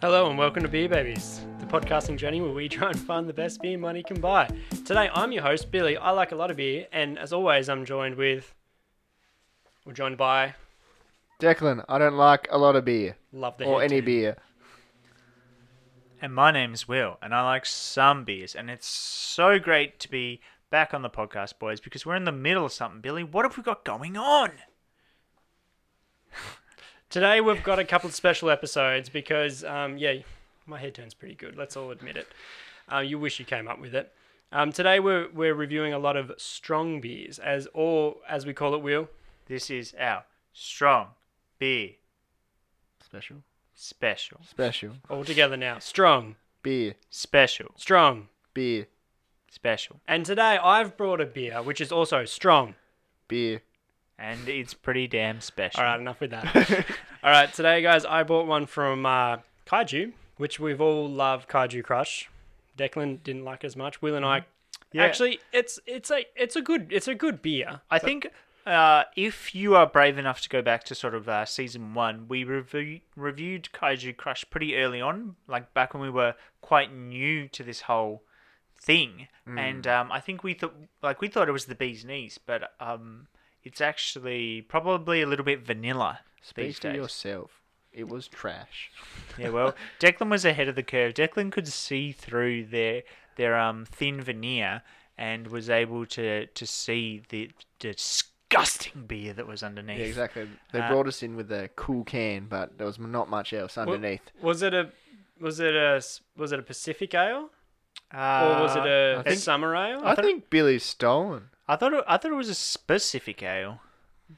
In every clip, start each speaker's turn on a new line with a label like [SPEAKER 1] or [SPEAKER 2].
[SPEAKER 1] Hello and welcome to Beer Babies, the podcasting journey where we try and find the best beer money can buy. Today I'm your host, Billy. I like a lot of beer, and as always, I'm joined with. We're joined by.
[SPEAKER 2] Declan, I don't like a lot of beer
[SPEAKER 1] Love the
[SPEAKER 2] or
[SPEAKER 1] head
[SPEAKER 2] any
[SPEAKER 1] too.
[SPEAKER 2] beer.
[SPEAKER 3] And my name's Will, and I like some beers. And it's so great to be back on the podcast, boys, because we're in the middle of something, Billy. What have we got going on?
[SPEAKER 1] Today we've got a couple of special episodes because, um, yeah, my head turns pretty good. Let's all admit it. Uh, you wish you came up with it. Um, today we're, we're reviewing a lot of strong beers, as or as we call it, Will.
[SPEAKER 3] This is our strong beer
[SPEAKER 2] Special.
[SPEAKER 3] special.
[SPEAKER 2] Special.
[SPEAKER 1] All together now. Strong,
[SPEAKER 2] Beer.
[SPEAKER 3] Special.
[SPEAKER 1] strong.
[SPEAKER 2] Beer.
[SPEAKER 3] Special.
[SPEAKER 1] And today I've brought a beer which is also strong.
[SPEAKER 2] Beer.
[SPEAKER 3] And it's pretty damn special.
[SPEAKER 1] All right, enough with that. all right, today, guys, I bought one from uh, Kaiju, which we've all loved. Kaiju Crush. Declan didn't like as much. Will and I.
[SPEAKER 3] Yeah.
[SPEAKER 1] Actually, it's it's a it's a good it's a good beer.
[SPEAKER 3] I think uh, if you are brave enough to go back to sort of uh, season one, we review- reviewed Kaiju Crush pretty early on, like back when we were quite new to this whole thing.
[SPEAKER 2] Hmm.
[SPEAKER 3] And um, I think we thought, like, we thought it was the bee's knees, but um, it's actually probably a little bit vanilla
[SPEAKER 2] Speak
[SPEAKER 3] these
[SPEAKER 2] for
[SPEAKER 3] days.
[SPEAKER 2] yourself. It was trash.
[SPEAKER 3] Yeah, well, Declan was ahead of the curve. Declan could see through their their um thin veneer and was able to to see the disgusting beer that was underneath.
[SPEAKER 2] Yeah, exactly. They
[SPEAKER 3] Uh,
[SPEAKER 2] brought us in with a cool can, but there was not much else
[SPEAKER 1] Wa-
[SPEAKER 2] underneath.
[SPEAKER 1] Was it a was it a s- was it a Pacific Ale or
[SPEAKER 3] Uh,
[SPEAKER 1] was it a,
[SPEAKER 2] I
[SPEAKER 1] a
[SPEAKER 2] think-
[SPEAKER 1] summer ale?
[SPEAKER 2] I, think Billy's stolen.
[SPEAKER 3] I thought it, I thought it was a specific ale.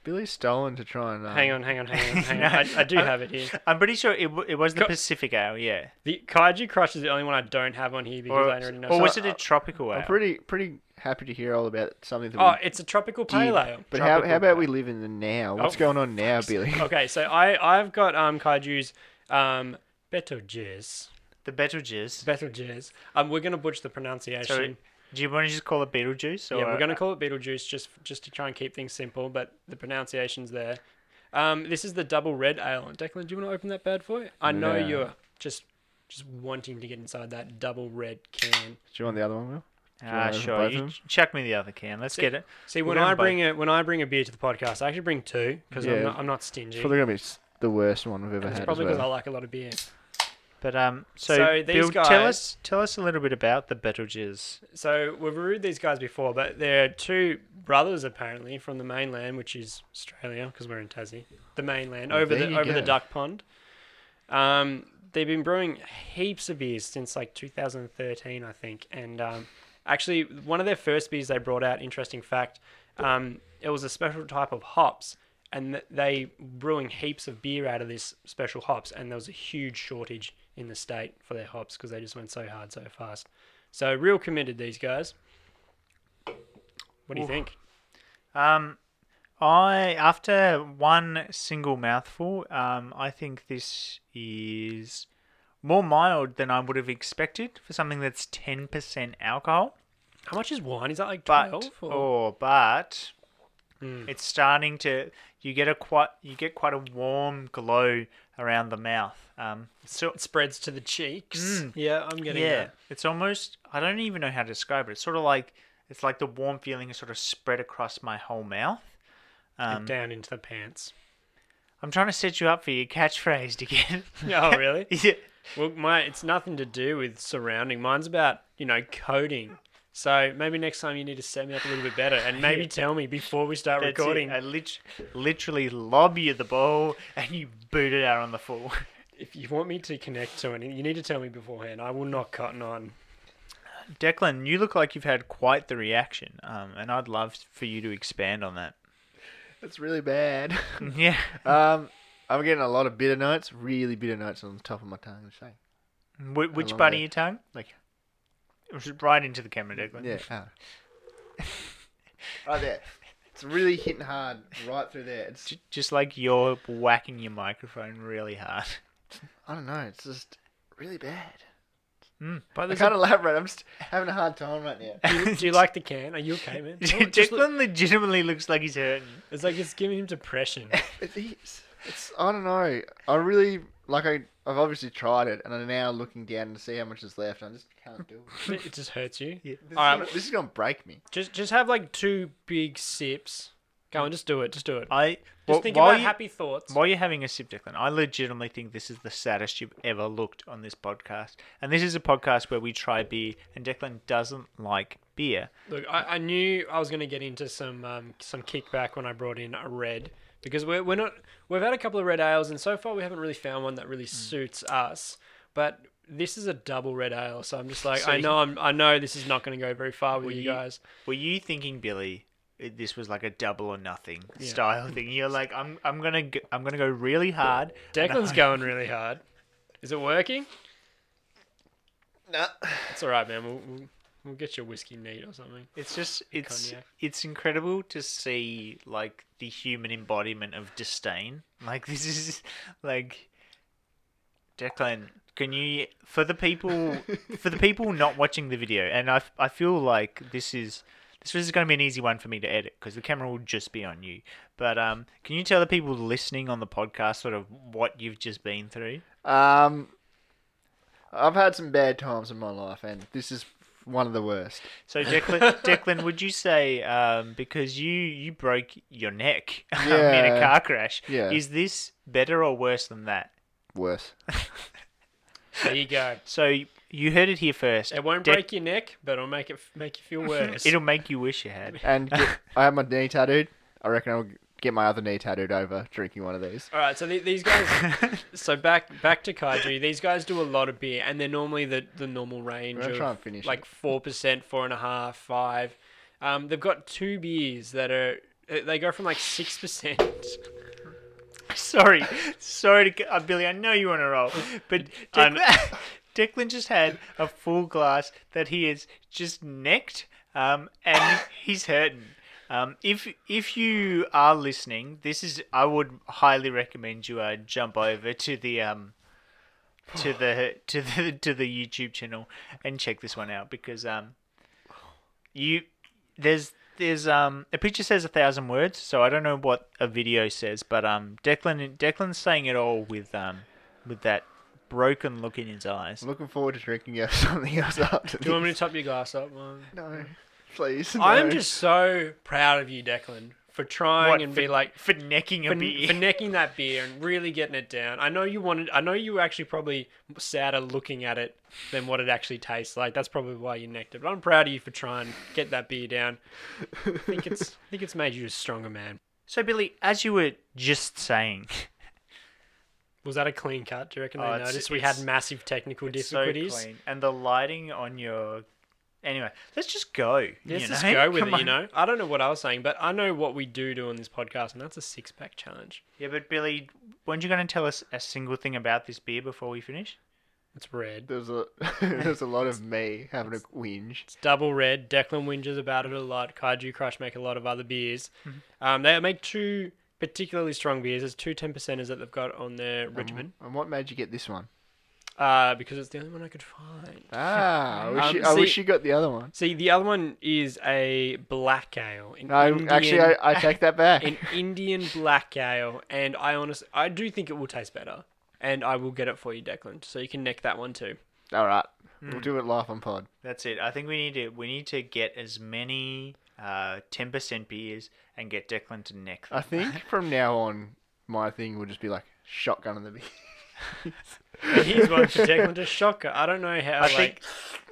[SPEAKER 2] Billy's stolen to try and. Um,
[SPEAKER 1] Hang on, hang on, hang on, hang on. I, I do have it here.
[SPEAKER 3] I'm pretty sure it, w- it was the
[SPEAKER 1] Co-
[SPEAKER 3] Pacific ale, yeah.
[SPEAKER 1] The Kaiju Crush is the only one I don't have on here because
[SPEAKER 3] Or,
[SPEAKER 1] I already know.
[SPEAKER 3] or
[SPEAKER 1] so-
[SPEAKER 3] was it a tropical ale?
[SPEAKER 2] I'm pretty pretty happy to hear all about something that we
[SPEAKER 1] Oh, it's a tropical
[SPEAKER 2] did.
[SPEAKER 1] pale ale.
[SPEAKER 2] But how,
[SPEAKER 3] Tropical
[SPEAKER 2] how about
[SPEAKER 3] pale.
[SPEAKER 2] we live in the now? What's
[SPEAKER 1] Oh,
[SPEAKER 2] going on now, Billy?
[SPEAKER 1] Okay, so I I've got um Kaiju's um Betelgeuse.
[SPEAKER 3] the Beetlejuice.
[SPEAKER 1] Betelgeuse. Um, we're gonna butcher the pronunciation.
[SPEAKER 3] So, do you want to just call it Beetlejuice? Or,
[SPEAKER 1] yeah, we're gonna call it Beetlejuice just just to try and keep things simple, but the pronunciation's there. Um, this is the double red ale. Declan, do you want to open that bad for you? I know
[SPEAKER 2] No.
[SPEAKER 1] you're just just wanting to get inside that double red can.
[SPEAKER 2] Do you want the other one, Will? Do you
[SPEAKER 3] Ah,
[SPEAKER 2] wanna open
[SPEAKER 3] sure.
[SPEAKER 2] both
[SPEAKER 3] You
[SPEAKER 2] of them?
[SPEAKER 3] ch- chuck me the other can. Let's get it.
[SPEAKER 1] See,
[SPEAKER 3] We're
[SPEAKER 1] when
[SPEAKER 3] gonna
[SPEAKER 1] I bring
[SPEAKER 3] both-
[SPEAKER 1] a when I bring a beer to the podcast, I actually bring two because
[SPEAKER 2] Yeah.
[SPEAKER 1] I'm, not, I'm not stingy.
[SPEAKER 2] It's probably going to be s- the worst one we've ever
[SPEAKER 1] And it's
[SPEAKER 2] had.
[SPEAKER 1] probably
[SPEAKER 2] as
[SPEAKER 1] because I
[SPEAKER 2] well.
[SPEAKER 1] like a lot of beer.
[SPEAKER 3] But um, so,
[SPEAKER 1] So these
[SPEAKER 3] Bill,
[SPEAKER 1] guys-
[SPEAKER 3] tell us tell us a little bit about the Beetlejuice.
[SPEAKER 1] So we've reviewed these guys before, but they're two brothers apparently from the mainland, which is Australia, because we're in Tassie. The mainland
[SPEAKER 2] Well,
[SPEAKER 1] over
[SPEAKER 2] there
[SPEAKER 1] the
[SPEAKER 2] you
[SPEAKER 1] over the
[SPEAKER 2] go.
[SPEAKER 1] duck pond. Um, they've been brewing heaps of beers since like 2013, I think. And um, actually, one of their first beers they brought out, interesting fact, um, it was a special type of hops, and th- they brewing heaps of beer out of this special hops, and there was a huge shortage in the state for their hops because they just went so hard so fast. So real committed these guys. What do you think?
[SPEAKER 3] Um, I after one single mouthful, um, I think this is more mild than I would have expected for something that's ten percent alcohol.
[SPEAKER 1] How much is wine? Is that like
[SPEAKER 3] But
[SPEAKER 1] twelve? or- Hmm.
[SPEAKER 3] oh, but it's starting to you get a quite you get quite a warm glow around the mouth. Um, so
[SPEAKER 1] It spreads to the cheeks.
[SPEAKER 3] Mm.
[SPEAKER 1] Yeah, I'm getting
[SPEAKER 3] yeah,
[SPEAKER 1] that.
[SPEAKER 3] it's almost I don't even know how to describe it. It's sort of like it's like the warm feeling is sort of spread across my whole mouth.
[SPEAKER 1] And
[SPEAKER 3] Um,
[SPEAKER 1] down into the pants.
[SPEAKER 3] I'm trying to set you up for your catchphrase to get.
[SPEAKER 1] Oh, really?
[SPEAKER 3] yeah.
[SPEAKER 1] Well, my it's nothing to do with surrounding. Mine's about you know coding. So maybe next time you need to set me up a little bit better, and maybe tell me before we start
[SPEAKER 3] That's it.
[SPEAKER 1] recording.
[SPEAKER 3] I lit- literally lob you the ball and you boot it out on the full.
[SPEAKER 1] If you want me to connect to anything, you need to tell me beforehand. I will not cotton on.
[SPEAKER 3] Declan, you look like you've had quite the reaction, um, and I'd love for you to expand on that.
[SPEAKER 2] It's really bad.
[SPEAKER 1] Hmm.
[SPEAKER 3] Yeah.
[SPEAKER 2] um, I'm getting a lot of bitter notes, really bitter notes on the top of my tongue. I'm saying,
[SPEAKER 3] Wh- which
[SPEAKER 2] love
[SPEAKER 3] part
[SPEAKER 2] that.
[SPEAKER 3] of your tongue?
[SPEAKER 2] like,
[SPEAKER 3] Right into the camera, Declan.
[SPEAKER 2] yeah, ah. right there. It's really hitting hard right through there. It's
[SPEAKER 3] J- just like you're whacking your microphone really hard.
[SPEAKER 2] I don't know. It's just really bad.
[SPEAKER 3] Mm.
[SPEAKER 2] I can't elaborate. I'm just having a hard time right now.
[SPEAKER 1] Do you, do you like the can? Are you okay, man? Oh, it
[SPEAKER 3] Declan
[SPEAKER 1] just look-
[SPEAKER 3] legitimately looks like he's hurting.
[SPEAKER 1] it's like it's giving him depression.
[SPEAKER 2] It is. It's. I don't know. I really like. I. I've obviously tried it, and I'm now looking down to see how much is left. and I just can't do it.
[SPEAKER 1] it just hurts you. All
[SPEAKER 2] This, is, gonna,
[SPEAKER 1] right,
[SPEAKER 2] this is gonna break me.
[SPEAKER 1] just just have like two big sips. Go on, just do it. Just do it.
[SPEAKER 3] I
[SPEAKER 1] Just
[SPEAKER 3] wh-
[SPEAKER 1] think
[SPEAKER 3] while
[SPEAKER 1] about
[SPEAKER 3] you-
[SPEAKER 1] happy thoughts.
[SPEAKER 3] While you're having a sip, Declan, I legitimately think this is the saddest you've ever looked on this podcast. And this is a podcast where we try beer, and Declan doesn't like beer.
[SPEAKER 1] Look, I, I knew I was going to get into some um, some kickback when I brought in a red because we're, we're not we've had a couple of red ales and so far we haven't really found one that really
[SPEAKER 3] Mm.
[SPEAKER 1] suits us. But this is a double red ale, so I'm just like
[SPEAKER 3] So
[SPEAKER 1] I
[SPEAKER 3] you-
[SPEAKER 1] know I'm, I know this is not going to go very far with you, guys.
[SPEAKER 3] Were you thinking, Billy? it- This was like a double or nothing style thing. You're like, I'm, I'm gonna, go, I'm gonna go really hard. and
[SPEAKER 1] Declan's
[SPEAKER 3] I-
[SPEAKER 1] going really hard. Is it working?
[SPEAKER 2] No.
[SPEAKER 1] It's all right, man. We'll, we'll, we'll get your whiskey neat or something.
[SPEAKER 3] It's just, it's,
[SPEAKER 1] cognac.
[SPEAKER 3] it's incredible to see like the human embodiment of disdain. Like this is, like, Declan, can you for the people, for the people not watching the video, and I, I feel like this is. This is going to be an easy one for me to edit because the camera will just be on you. But um, can you tell the people listening on the podcast sort of what you've just been through?
[SPEAKER 2] Um. I've had some bad times in my life, and this is one of the worst.
[SPEAKER 3] So Declan, Declan, would you say um, because you you broke your neck um, in a
[SPEAKER 2] Yeah.
[SPEAKER 3] car crash,
[SPEAKER 2] Yeah.
[SPEAKER 3] is this better or worse than that?
[SPEAKER 2] Worse.
[SPEAKER 1] There you go.
[SPEAKER 3] So you heard it here first.
[SPEAKER 1] It won't
[SPEAKER 3] Dec-
[SPEAKER 1] break your neck, but it'll make it make you feel worse.
[SPEAKER 3] It'll make you wish you had.
[SPEAKER 2] And get- I have my knee tattooed. I reckon I'll get my other knee tattooed over drinking one of these.
[SPEAKER 1] All right, so the, these guys. so back back to kaiju. These guys do a lot of beer, and they're normally the the normal range
[SPEAKER 2] gonna
[SPEAKER 1] of
[SPEAKER 2] try and finish
[SPEAKER 1] like
[SPEAKER 2] it.
[SPEAKER 1] four percent, four and a half, five. Um, they've got two beers that are uh, they go from like six percent.
[SPEAKER 3] sorry, sorry, to, uh, Billy. I know you want to roll, but
[SPEAKER 1] I kn-
[SPEAKER 3] Declan, Declan just had a full glass that he has just necked, um, and he's hurting. Um, if if you are listening, this is I would highly recommend you uh, jump over to the um, to the to the to the YouTube channel and check this one out because um, you there's there's um a picture says a thousand words, so I don't know what a video says, but um Declan Declan's saying it all with um with that broken look in his eyes.
[SPEAKER 2] I'm looking forward to drinking uh, something else after
[SPEAKER 1] Do you want me
[SPEAKER 2] this.
[SPEAKER 1] to top your glass up? Mum?
[SPEAKER 2] No, please.
[SPEAKER 1] I'm
[SPEAKER 2] no.
[SPEAKER 1] just so proud of you, Declan, for trying
[SPEAKER 3] What,
[SPEAKER 1] and
[SPEAKER 3] for-
[SPEAKER 1] be like
[SPEAKER 3] for necking a
[SPEAKER 1] for,
[SPEAKER 3] beer.
[SPEAKER 1] for necking that beer and really getting it down. I know you wanted. I know you were actually probably sadder looking at it than what it actually tastes like. That's probably why you necked it. But I'm proud of you for trying to get that beer down. I think it's. I think it's made you a stronger man.
[SPEAKER 3] so Billy, as you were just saying,
[SPEAKER 1] Was that a clean cut? Do you reckon
[SPEAKER 3] Oh,
[SPEAKER 1] they
[SPEAKER 3] it's-
[SPEAKER 1] noticed we
[SPEAKER 3] it's-
[SPEAKER 1] had massive technical
[SPEAKER 3] it's so
[SPEAKER 1] difficulties?
[SPEAKER 3] clean, and the lighting on your anyway, let's just go. you
[SPEAKER 1] Let's just
[SPEAKER 3] know?
[SPEAKER 1] go with
[SPEAKER 3] Come
[SPEAKER 1] it, you
[SPEAKER 3] on.
[SPEAKER 1] know? I don't know what I was saying, but I know what we do do on this podcast, and that's a six pack challenge.
[SPEAKER 3] Yeah, but Billy, weren't you going to tell us a single thing about this beer before we finish?
[SPEAKER 1] It's red.
[SPEAKER 2] There's a there's a lot of me having a whinge.
[SPEAKER 1] It's double red. Declan whinges about it a lot. Kaiju Crush make a lot of other beers. Um, they make two particularly strong beers. There's two 10 percenters that they've got on their regimen
[SPEAKER 2] And what made you get this one?
[SPEAKER 1] uh, because it's the only one I could find.
[SPEAKER 2] Ah, I wish,
[SPEAKER 1] Um,
[SPEAKER 2] you, I wish
[SPEAKER 1] see-
[SPEAKER 2] you got the other one.
[SPEAKER 1] See, the other one is a black ale. an
[SPEAKER 2] No, actually,
[SPEAKER 1] Indian-
[SPEAKER 2] I, I take that back.
[SPEAKER 1] an Indian black ale, and I honestly, I do think it will taste better, and I will get it for you, Declan, so you can neck that one too.
[SPEAKER 2] All right,
[SPEAKER 1] Hmm.
[SPEAKER 2] we'll do it live on pod.
[SPEAKER 3] That's it. I think we need to we need to get as uh, many ten percent beers and get Declan to neck them.
[SPEAKER 2] I think from now on, my thing would just be like shotgun in the beginning.
[SPEAKER 1] He's one to Declan to shocker. I don't know how.
[SPEAKER 3] I
[SPEAKER 1] like,
[SPEAKER 3] think,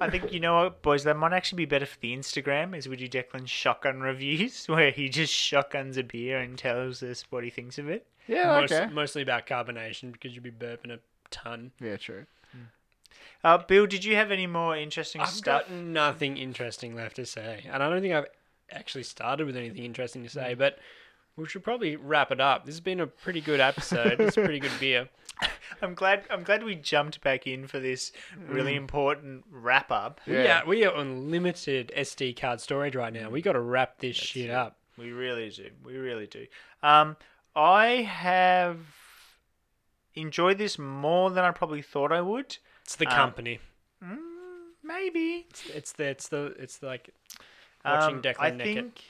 [SPEAKER 3] I think you know what, boys. That might actually be better for the Instagram. Is we do Declan's shotgun reviews, where he just shotguns a beer and tells us what he thinks of it.
[SPEAKER 2] Yeah,
[SPEAKER 1] most,
[SPEAKER 2] okay.
[SPEAKER 1] mostly about carbonation because you'd be burping a ton.
[SPEAKER 2] Yeah, true.
[SPEAKER 3] Uh, Bill, did you have any more interesting
[SPEAKER 1] I've
[SPEAKER 3] stuff?
[SPEAKER 1] got nothing interesting left to say, and I don't think I've actually started with anything interesting to say. But we should probably wrap it up. This has been a pretty good episode. it's a pretty good beer.
[SPEAKER 3] I'm glad. I'm glad we jumped back in for this really important wrap up.
[SPEAKER 1] Yeah. we are on limited SD card storage right now. We got to wrap this shit up.
[SPEAKER 3] We really do. We really do. Um, I have enjoyed this more than I probably thought I would.
[SPEAKER 1] It's the
[SPEAKER 3] Um,
[SPEAKER 1] company.
[SPEAKER 3] Maybe
[SPEAKER 1] It's, it's the it's the it's like watching
[SPEAKER 3] Um,
[SPEAKER 1] Declan
[SPEAKER 3] I
[SPEAKER 1] nick it.
[SPEAKER 3] think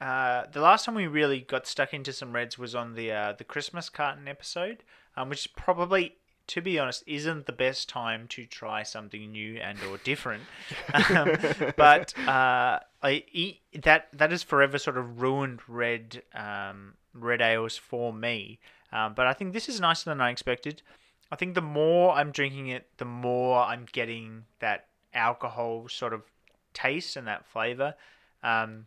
[SPEAKER 3] uh, the last time we really got stuck into some reds was on the uh, the Christmas carton episode, um, which is probably, to be honest, isn't the best time to try something new and or different. um, but uh, I e- that that has forever sort of ruined red um, red ales for me. Um, but I think this is nicer than I expected. I think the more I'm drinking it, the more I'm getting that alcohol sort of taste and that flavor. Um,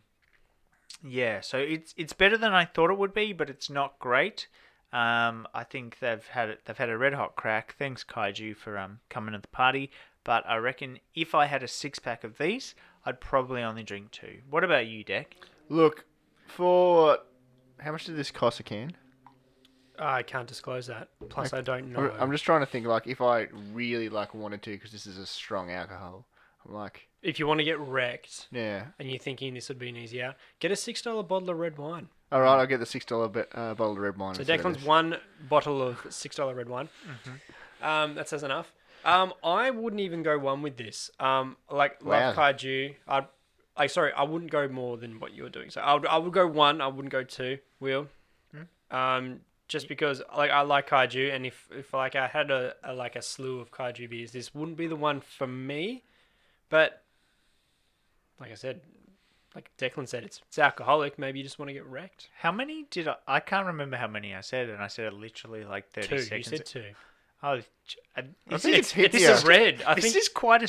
[SPEAKER 3] yeah, so it's it's better than I thought it would be, but it's not great. Um, I think they've had it, they've had a red hot crack. Thanks Kaiju for um coming to the party, but I reckon if I had a six pack of these, I'd probably only drink two. What about you, Deck?
[SPEAKER 2] Look, for how much did this cost a can?
[SPEAKER 1] oh, I can't disclose that. Plus, I don't know.
[SPEAKER 2] I'm, I'm just trying to think, like, if I really like wanted to, because this is a strong alcohol. I'm like,
[SPEAKER 1] if you want to get wrecked
[SPEAKER 2] yeah,
[SPEAKER 1] and you're thinking this would be an easy out, get a six dollar bottle of red wine.
[SPEAKER 2] all right, I'll get the six dollar uh, bottle of red wine.
[SPEAKER 1] So
[SPEAKER 2] instead of
[SPEAKER 1] Declan's
[SPEAKER 2] this.
[SPEAKER 1] one bottle of six dollar red wine.
[SPEAKER 3] Mm-hmm.
[SPEAKER 1] Um, that says enough. Um, I wouldn't even go one with this. Um, like love
[SPEAKER 2] Wow.
[SPEAKER 1] kaiju. I, I sorry, I wouldn't go more than what you were doing. So I would, I would go one. I wouldn't go two. Will.
[SPEAKER 3] Hmm?
[SPEAKER 1] Um, just because like I like kaiju, and if if like I had a, a like a slew of kaiju beers, this wouldn't be the one for me. But like I said, like Declan said, it's it's alcoholic. Maybe you just want to get wrecked.
[SPEAKER 3] How many did I? I can't remember how many I said, and I said it literally like thirty
[SPEAKER 1] Two. You
[SPEAKER 3] seconds.
[SPEAKER 1] said two.
[SPEAKER 3] Oh, j- I,
[SPEAKER 2] I
[SPEAKER 3] is
[SPEAKER 2] think
[SPEAKER 3] it-
[SPEAKER 2] it's hit
[SPEAKER 1] This
[SPEAKER 2] here.
[SPEAKER 1] is red. I
[SPEAKER 3] this
[SPEAKER 1] think
[SPEAKER 3] is quite a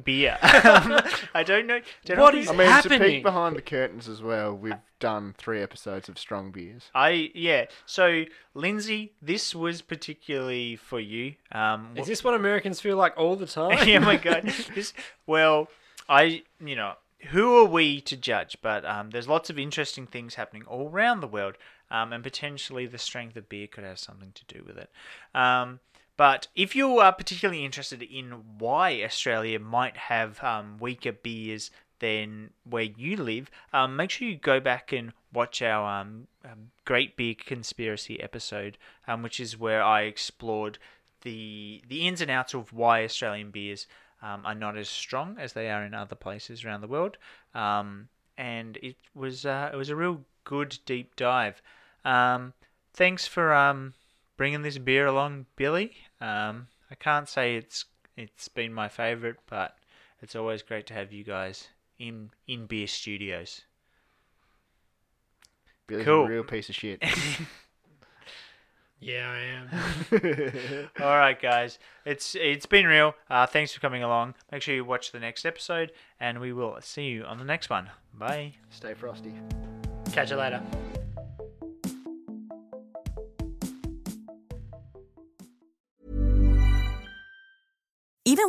[SPEAKER 3] beer. I don't know. Don't know
[SPEAKER 1] What
[SPEAKER 3] if
[SPEAKER 1] is
[SPEAKER 2] I mean, to
[SPEAKER 1] happening?
[SPEAKER 2] peek behind the curtains as well, we've done three episodes of strong beers.
[SPEAKER 3] I yeah. So Lindsay, this was particularly for you. Um,
[SPEAKER 1] Is this what Americans feel like all the time?
[SPEAKER 3] yeah, my God. This, well, I you know who are we to judge? But um, there's lots of interesting things happening all around the world, um, and potentially the strength of beer could have something to do with it. Um, but if you are particularly interested in why Australia might have um, weaker beers than where you live, um, make sure you go back and watch our um, um, Great Beer Conspiracy episode, um, which is where I explored the the ins and outs of why Australian beers um, are not as strong as they are in other places around the world. Um, and it was uh, it was a real good deep dive. Um, thanks for um, bringing this beer along, Billy. Um, I can't say it's it's been my favourite, but it's always great to have you guys in in beer studios.
[SPEAKER 2] Billy's
[SPEAKER 3] Cool.
[SPEAKER 2] a real piece of shit.
[SPEAKER 1] yeah, I am.
[SPEAKER 3] All right, guys, it's it's been real. Uh, thanks for coming along. Make sure you watch the next episode, and we will see you on the next one. Bye.
[SPEAKER 2] Stay frosty.
[SPEAKER 1] Catch you later.
[SPEAKER 4] Even